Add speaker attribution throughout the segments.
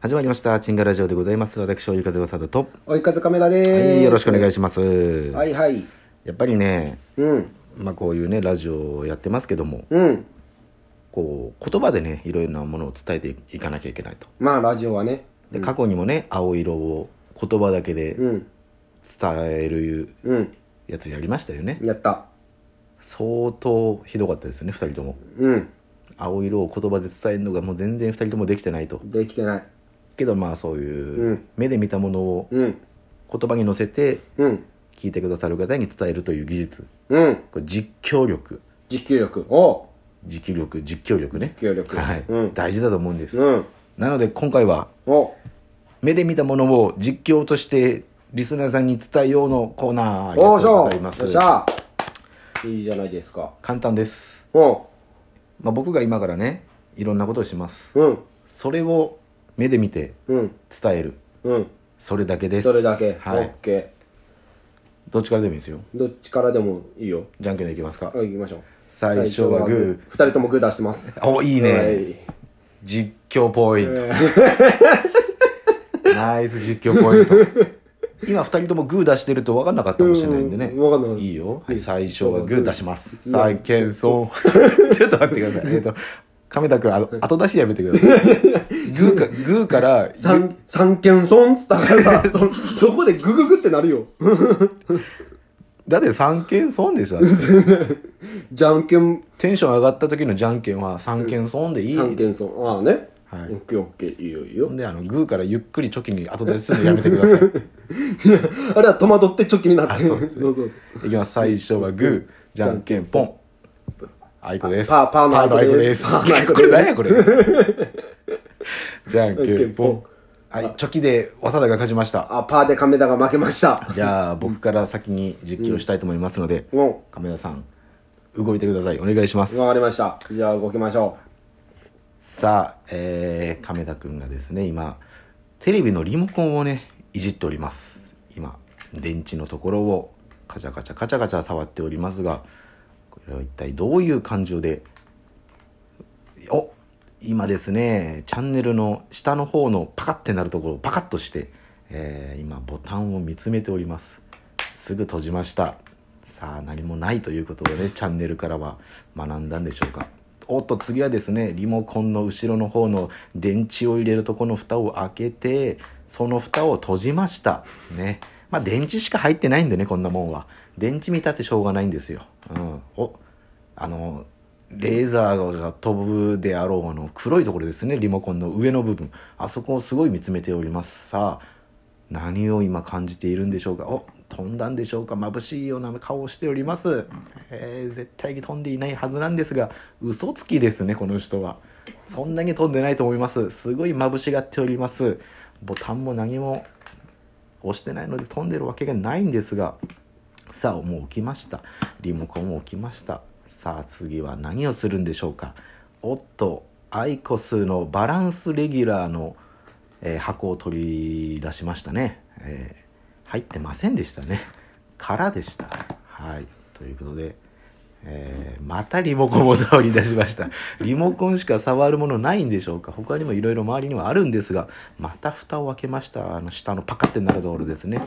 Speaker 1: 始まりました。チンガラジオでございます。私、おゆかでわさだと。
Speaker 2: 追い風カメラ
Speaker 1: は
Speaker 2: でーす、
Speaker 1: い、よろしくお願い
Speaker 2: し
Speaker 1: します。
Speaker 2: はいはい
Speaker 1: やっぱりね、
Speaker 2: うん
Speaker 1: まあこういうね、ラジオをやってますけども、
Speaker 2: うん
Speaker 1: こう、言葉でね、いろいろなものを伝えていかなきゃいけないと。
Speaker 2: まあラジオはね
Speaker 1: で、過去にもね、青色を言葉だけで
Speaker 2: うん
Speaker 1: 伝える
Speaker 2: うん
Speaker 1: やつやりましたよね。
Speaker 2: やった
Speaker 1: 相当ひどかったですね、二人とも。
Speaker 2: うん
Speaker 1: 青色を言葉で伝えるのがもう全然二人ともできてないと。
Speaker 2: できてない
Speaker 1: けどまあそういううん目で見たものを
Speaker 2: うん
Speaker 1: 言葉に乗せて
Speaker 2: うん
Speaker 1: 聞いてくださる方に伝えるという技術。
Speaker 2: うん
Speaker 1: これ実況力。
Speaker 2: 持久力おう
Speaker 1: 持久力、実況力ね。
Speaker 2: 持久力
Speaker 1: はい、
Speaker 2: うん
Speaker 1: 大事だと思うんです。
Speaker 2: うん
Speaker 1: なので今回は
Speaker 2: おう
Speaker 1: 目で見たものを実況としてリスナーさんに伝えようのコーナー
Speaker 2: おうしょ
Speaker 1: ござい
Speaker 2: よ
Speaker 1: ま
Speaker 2: っ
Speaker 1: す
Speaker 2: し。ゃいいじゃないですか
Speaker 1: 簡単です。
Speaker 2: お
Speaker 1: まあ、僕が今からね、いろんなことをします。
Speaker 2: ううん
Speaker 1: それを目で見て
Speaker 2: うん
Speaker 1: 伝える。
Speaker 2: うん
Speaker 1: それだけです。
Speaker 2: それだけ、
Speaker 1: はい
Speaker 2: オッ。ケ
Speaker 1: どっちからでもいいですよ。
Speaker 2: ーどっちからでもいいよ
Speaker 1: じゃんけんでいきますか。
Speaker 2: はい行きましょう
Speaker 1: 最初はグー
Speaker 2: ー二人ともグー出してます
Speaker 1: お、いい
Speaker 2: は
Speaker 1: ね。
Speaker 2: い
Speaker 1: 実況ポイント。 ナイス実況ポイント。今二人ともグー出してると分かんなかったかもしれないんでね。
Speaker 2: うん分かんなかった
Speaker 1: いいよ。はい、最初はグー出します。再謙遜。 ちょっと待ってください。えっと、亀田君、あの後出しやめてください。グーか、グーから、
Speaker 2: 三、三軒損っつったか らさ、そ、そこでグググってなるよ。
Speaker 1: だって三軒損でしょ。
Speaker 2: じゃんけん、
Speaker 1: テンション上がった時のじゃんけんは三軒損でいい。
Speaker 2: 三軒損。ああね。
Speaker 1: はい
Speaker 2: オッケーオッケー、いいよいいよ。
Speaker 1: で、あの、グーからゆっくりチョキに後出しするのやめてください。
Speaker 2: あれは戸惑ってチョキになってる。
Speaker 1: そうですね
Speaker 2: そうそう
Speaker 1: いきます。最初はグー、じゃんけんぽん。あいこです。
Speaker 2: パーパーの
Speaker 1: パーのあ
Speaker 2: あ
Speaker 1: い
Speaker 2: い
Speaker 1: こ
Speaker 2: こ
Speaker 1: で。
Speaker 2: ですすパーのあいこです
Speaker 1: これ何やこれ。じゃんけんぽん。はい、チョキで渡田が勝ちました。
Speaker 2: あ、パーで亀田が負け ました。
Speaker 1: じゃあ、僕から先に実況したいと思いますので、
Speaker 2: うんうん
Speaker 1: 亀田さん、動いてください。お願いします。
Speaker 2: わかりました。じゃあ動きましょ。。
Speaker 1: さあ、えー、亀田くんがですね、今、テレビのリモコンをね、いじっております。今、電池のところをカチャカチャカチャカチャ触っておりますが、これは一体どういう感情で、お今ですね、チャンネルの下の方のパカッてなるところをパカッとして、えー、今、ボタンを見つめております。すぐ閉じました。さあ、何もないということをね、チャンネルからは学んだんでしょうか。おっと、次はですね、リモコンの後ろの方の電池を入れるとこの蓋を開けて、その蓋を閉じました。ね。まあ、電池しか入ってないんでね、こんなもんは。電池見たってしょうがないんですよ。うん。お、あの、レーザーが飛ぶであろうあの黒いところですね、リモコンの上の部分。あそこをすごい見つめております。さあ、何を今感じているんでしょうか。お、飛んだんでしょうか。眩しいような顔をしております。えー絶対に飛んでいないはずなんですが、嘘つきですね、この人は。そんなに飛んでないと思います。すごい眩しがっております。ボタンも何も押してないので飛んでるわけがないんですがさあもう置きましたリモコンを置きましたさあ次は何をするんでしょうかおっとアイコスのバランスレギュラーの、えー箱を取り出しましたね、えー入ってませんでしたね空でしたはいということでえーまたリモコンを触り出しました。 リモコンしか触るものないんでしょうか他にもいろいろ周りにはあるんですが、また蓋を開けました。あの、下のパカってなるところですね。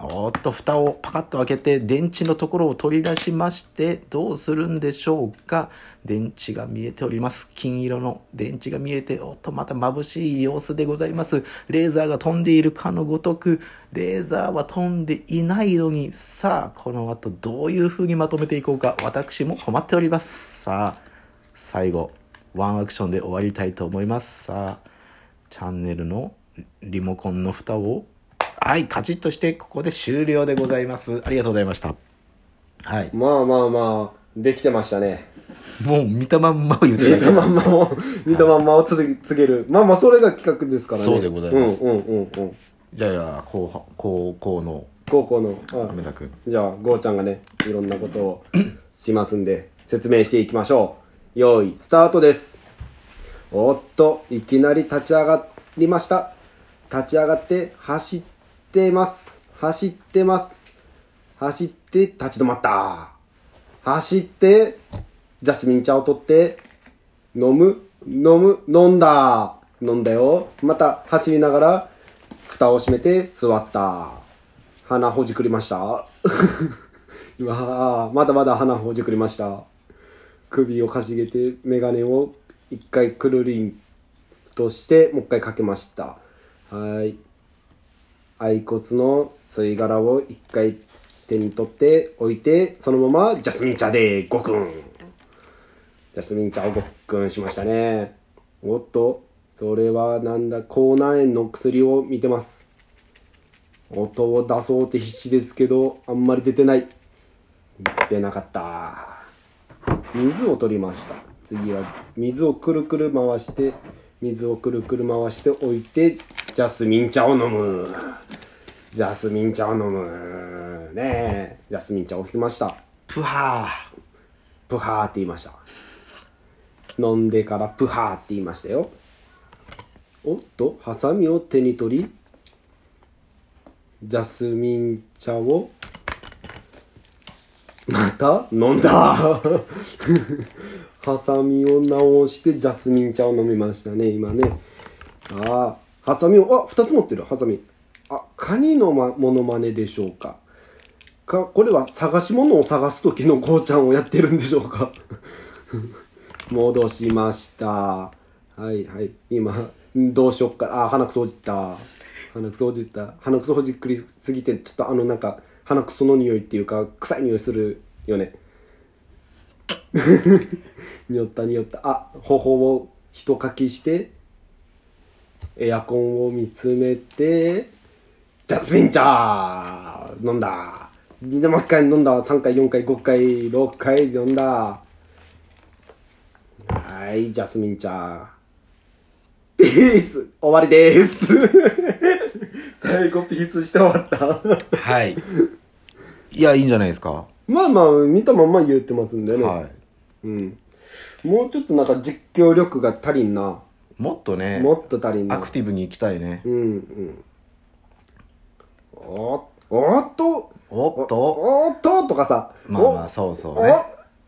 Speaker 1: おっと、蓋をパカッと開けて、電池のところを取り出しまして、どうするんでしょうか電池が見えております。金色の電池が見えて、おっと、また眩しい様子でございます。レーザーが飛んでいるかのごとく、レーザーは飛んでいないのに、さあ、この後どういう風にまとめていこうか、私も困っております。さあ、最後、ワンアクションで終わりたいと思います。さあ、チャンネルのリモコンの蓋を、はい、カチッとして、ここで終了でございます。ありがとうございました。はいう
Speaker 2: まあまあまあ、できてましたね。
Speaker 1: もう見たまんまを言って
Speaker 2: 見た
Speaker 1: た。
Speaker 2: まんまを、見たまんまを告げ告げる。まあまあ、それが企画ですからね。
Speaker 1: そうでございます
Speaker 2: うんうんうんうん。
Speaker 1: じゃあ、じゃあこう、こう、こうの、
Speaker 2: 高校の、あ
Speaker 1: 亀田くん。
Speaker 2: じゃあ、ゴーちゃんがね、いろんなことをしますんで、説明していきましょう。用意、スタートです。おっと、いきなり立ち上がりました。立ち上がって、走ってます。走ってます。走って、立ち止まった。走って、ジャスミン茶を取って、飲む、飲む、飲んだ。飲んだよ。また走りながら、蓋を閉めて座った。鼻ほじくりました。 うわーまだまだ鼻ほじくりました。首をかしげて、メガネを一回くるりんとして、もう一回かけました。はい。骸骨の吸い殻を一回手に取って置いて、そのままジャスミン茶でごくん。ジャスミン茶をごっくんしましたね。おっと、それはなんだ、口内炎の薬を見てます。音を出そうって必死ですけど、あんまり出てない。出なかった。水を取りました。次は水をくるくる回して、水をくるくる回しておいて、ジャスミン茶を飲む。ジャスミン茶を飲む。ねえ、ジャスミン茶を引きました。
Speaker 1: プハ
Speaker 2: プハーって言いました飲んでからプハーって言いましたよおっとハサミを手に取りジャスミン茶をまた飲んだ ハサミを直してジャスミン茶を飲みましたね今ねああハサミをあ二2つ持ってるハサミあカニの、ま、モノマネでしょうかかこれは探し物を探す時のこうちゃんをやってるんでしょうか戻しましたはいはい今どうしよっかあ鼻くそほじった鼻くそほじった鼻くそほじっくりすぎてちょっとあのなんか鼻くその匂いっていうか臭い匂いするよね 匂った匂ったあ頬をひとかきしてエアコンを見つめてジャスミン茶飲んだ。みんなもう一回飲んだ。3回、4回、5回、6回飲んだ。はーい、ジャスミン茶。ピース終わりです。 最後ピースして終わった。
Speaker 1: ーはいいやいいんじゃないですか、
Speaker 2: まあまあ、見たまんま言ってますんでね。
Speaker 1: はい
Speaker 2: うん。もうちょっとなんか実況力が足りんな。
Speaker 1: もっとね
Speaker 2: もっと足りんな。
Speaker 1: アクティブに行きたいね
Speaker 2: うんうん。おっおっと
Speaker 1: おっと
Speaker 2: おおっととかさ、
Speaker 1: まあまあそう
Speaker 2: お
Speaker 1: そうね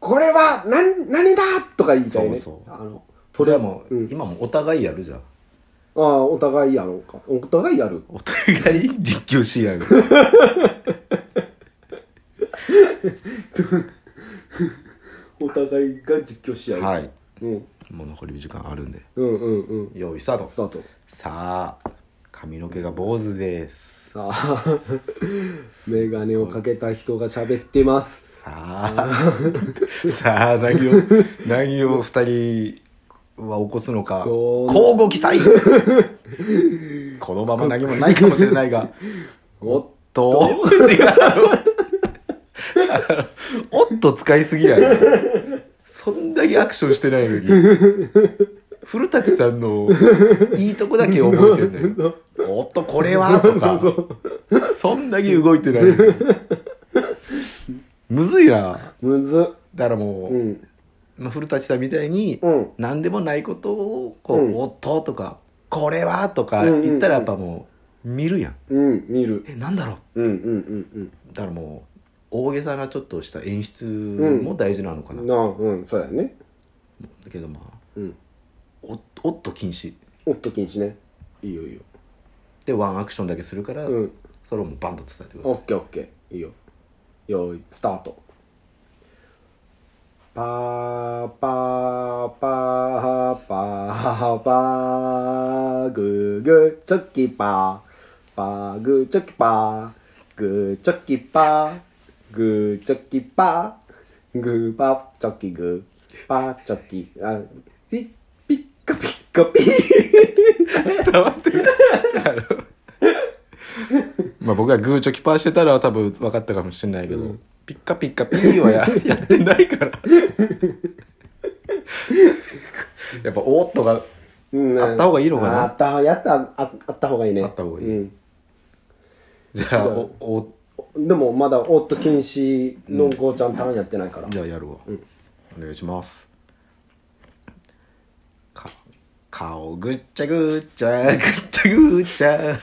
Speaker 2: おこれは何何だとか言いたいね。
Speaker 1: そうそう
Speaker 2: あの
Speaker 1: それはもう、
Speaker 2: うん
Speaker 1: 今もお互いやるじゃん
Speaker 2: ああお互いやろうか。お互いやる。
Speaker 1: お互い実況し合う
Speaker 2: お互いが実況し合う。
Speaker 1: はい
Speaker 2: うん
Speaker 1: もう残り時間あるんで
Speaker 2: うんうんうん。
Speaker 1: 用意スタート
Speaker 2: スタート。
Speaker 1: さあ髪の毛が坊主です
Speaker 2: さあ メガネをかけた人が喋ってます。
Speaker 1: さ あさあ何を何を2人は起こすのか
Speaker 2: こう
Speaker 1: 交互期待このまま何もないかもしれないが
Speaker 2: おっ
Speaker 1: と違うあのおっと使いすぎやねそんだけアクションしてないのに古舘さんのいいとこだけ覚えてん のよおっとこれはとかそんだけ動いてないのにむずいな
Speaker 2: むず。
Speaker 1: だからもう、
Speaker 2: うん
Speaker 1: まあ、古舘さんみたいに、
Speaker 2: うん
Speaker 1: 何でもないことをこう、
Speaker 2: うん
Speaker 1: おっととかこれはとか
Speaker 2: うんうんうん
Speaker 1: 言ったらやっぱもう見るやん
Speaker 2: うん見る。
Speaker 1: えなんだろう
Speaker 2: うんうんうん
Speaker 1: だからもう大げさなちょっとした演出
Speaker 2: ん
Speaker 1: も大事なのか
Speaker 2: う
Speaker 1: な、
Speaker 2: ん。
Speaker 1: だ
Speaker 2: なあうんそうだよね。
Speaker 1: けどまあ
Speaker 2: うん。
Speaker 1: おおっと禁止
Speaker 2: おっと禁止ね。いいよいいよ。
Speaker 1: でワンアクションだけするから、
Speaker 2: うん
Speaker 1: それをもうバンと伝えてくだ
Speaker 2: オッ
Speaker 1: さ
Speaker 2: ケーオッケーいいよよーいスタートパーパーパーパーパーグーグーチョキパーパーグーチョキパーグーチョキパーグーチョキパーグーパーチョキグーパーチョキあピッピッカピッカピ
Speaker 1: い伝わってるあの まあ僕がグーチョキパーしてたら多分分かったかもしれないけど、ピッカピッカピーはややってないから やっぱおっとが
Speaker 2: うん
Speaker 1: あった方がいいのかな
Speaker 2: あった方やったああった方がいいね
Speaker 1: あった方がいい
Speaker 2: うん
Speaker 1: じゃあおお
Speaker 2: でもまだオート禁止のゴーちゃんターンやってないから、
Speaker 1: じゃあやるわ、お願いしますか顔ぐっちゃぐっちゃぐっちゃぐっちゃ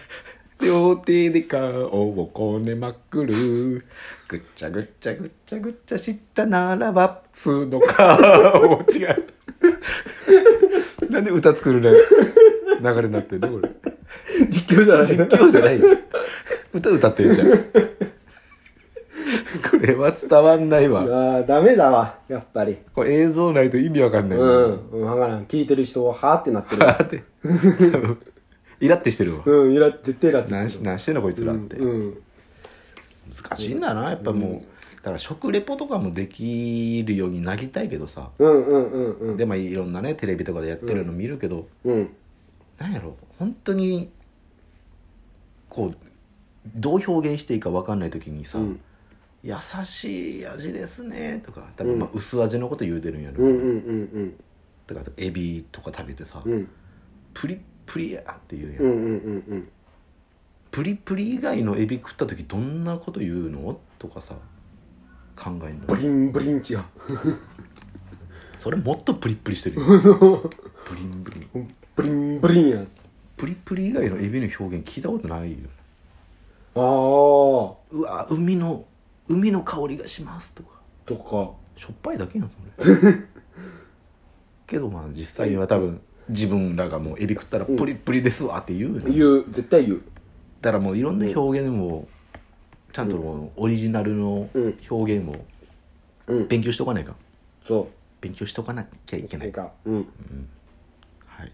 Speaker 1: 両手で顔をこねまくるぐっちゃぐっちゃぐっちゃぐっちゃしたならば普通 の顔違うなんで歌作るね流れになってんねこれ
Speaker 2: 実況じゃない
Speaker 1: 実況じゃないよ歌歌ってん じゃんこれは伝わんないわ
Speaker 2: ああ、ダメだわ、やっぱり。
Speaker 1: これ映像ないと意味わかんな
Speaker 2: う
Speaker 1: いもん
Speaker 2: ん。わからん。聞いてる人は、はーってなってる。
Speaker 1: はー って多分イラってしてるわ
Speaker 2: うん、いら、絶対いらって
Speaker 1: 何し何してんのこいつらって、
Speaker 2: うん。
Speaker 1: 難しいんだなやっぱもう、だから食レポとかもできるようになりたいけどさ、
Speaker 2: うんうんうんうん。
Speaker 1: でまあいろんなねテレビとかでやってるの見るけど、
Speaker 2: うん。
Speaker 1: なんやろ本当にこうどう表現していいか分かんない時にさ「
Speaker 2: うん
Speaker 1: 優しい味ですね」とか多分まあ薄味のこと言うてるんやろ、
Speaker 2: うんうんうん
Speaker 1: とかあとエビとか食べてさ「
Speaker 2: うん。うん。
Speaker 1: プリップリや」って言うやん、
Speaker 2: うんうんうんうん。
Speaker 1: プリプリ以外のエビ食った時どんなこと言うのとかさ考えんの
Speaker 2: ブリンブリン違う。
Speaker 1: それもっとプリプリしてるよプリンプリン
Speaker 2: ブリンブリンや。
Speaker 1: プリプリ以外のエビの表現聞いたことないよ
Speaker 2: ああ、
Speaker 1: うわ海の海の香りがしますとか
Speaker 2: とか。
Speaker 1: しょっぱいだけやんそれけどまあ実際には多分自分らがもうエビ食ったらプリプリですわって言うよね、だ
Speaker 2: 言う、絶対言う。
Speaker 1: からもういろんな表現をちゃんともうオリジナルの
Speaker 2: うん
Speaker 1: 表現を
Speaker 2: うん。
Speaker 1: 勉強しとかないか
Speaker 2: そ
Speaker 1: 勉強しとかなきゃいけな
Speaker 2: う。ないんか、うん。
Speaker 1: はい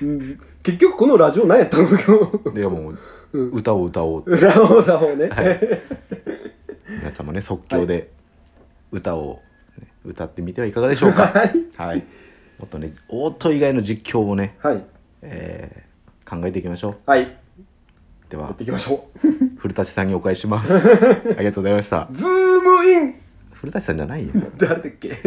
Speaker 2: うん結局このラジオ何やったのか。
Speaker 1: でもう歌を歌おうって
Speaker 2: ラオラオね。
Speaker 1: 皆様ね即興で歌をね、歌ってみてはいかがでしょうかはい、もっとねオート以外の実況をね、
Speaker 2: はい。
Speaker 1: えー考えていきましょう
Speaker 2: はい。や
Speaker 1: では
Speaker 2: っていきましょ
Speaker 1: 古舘さんにお 返ししますありがとうございました
Speaker 2: う。ズームイン
Speaker 1: 古舘さんじゃないよ
Speaker 2: 誰だっけ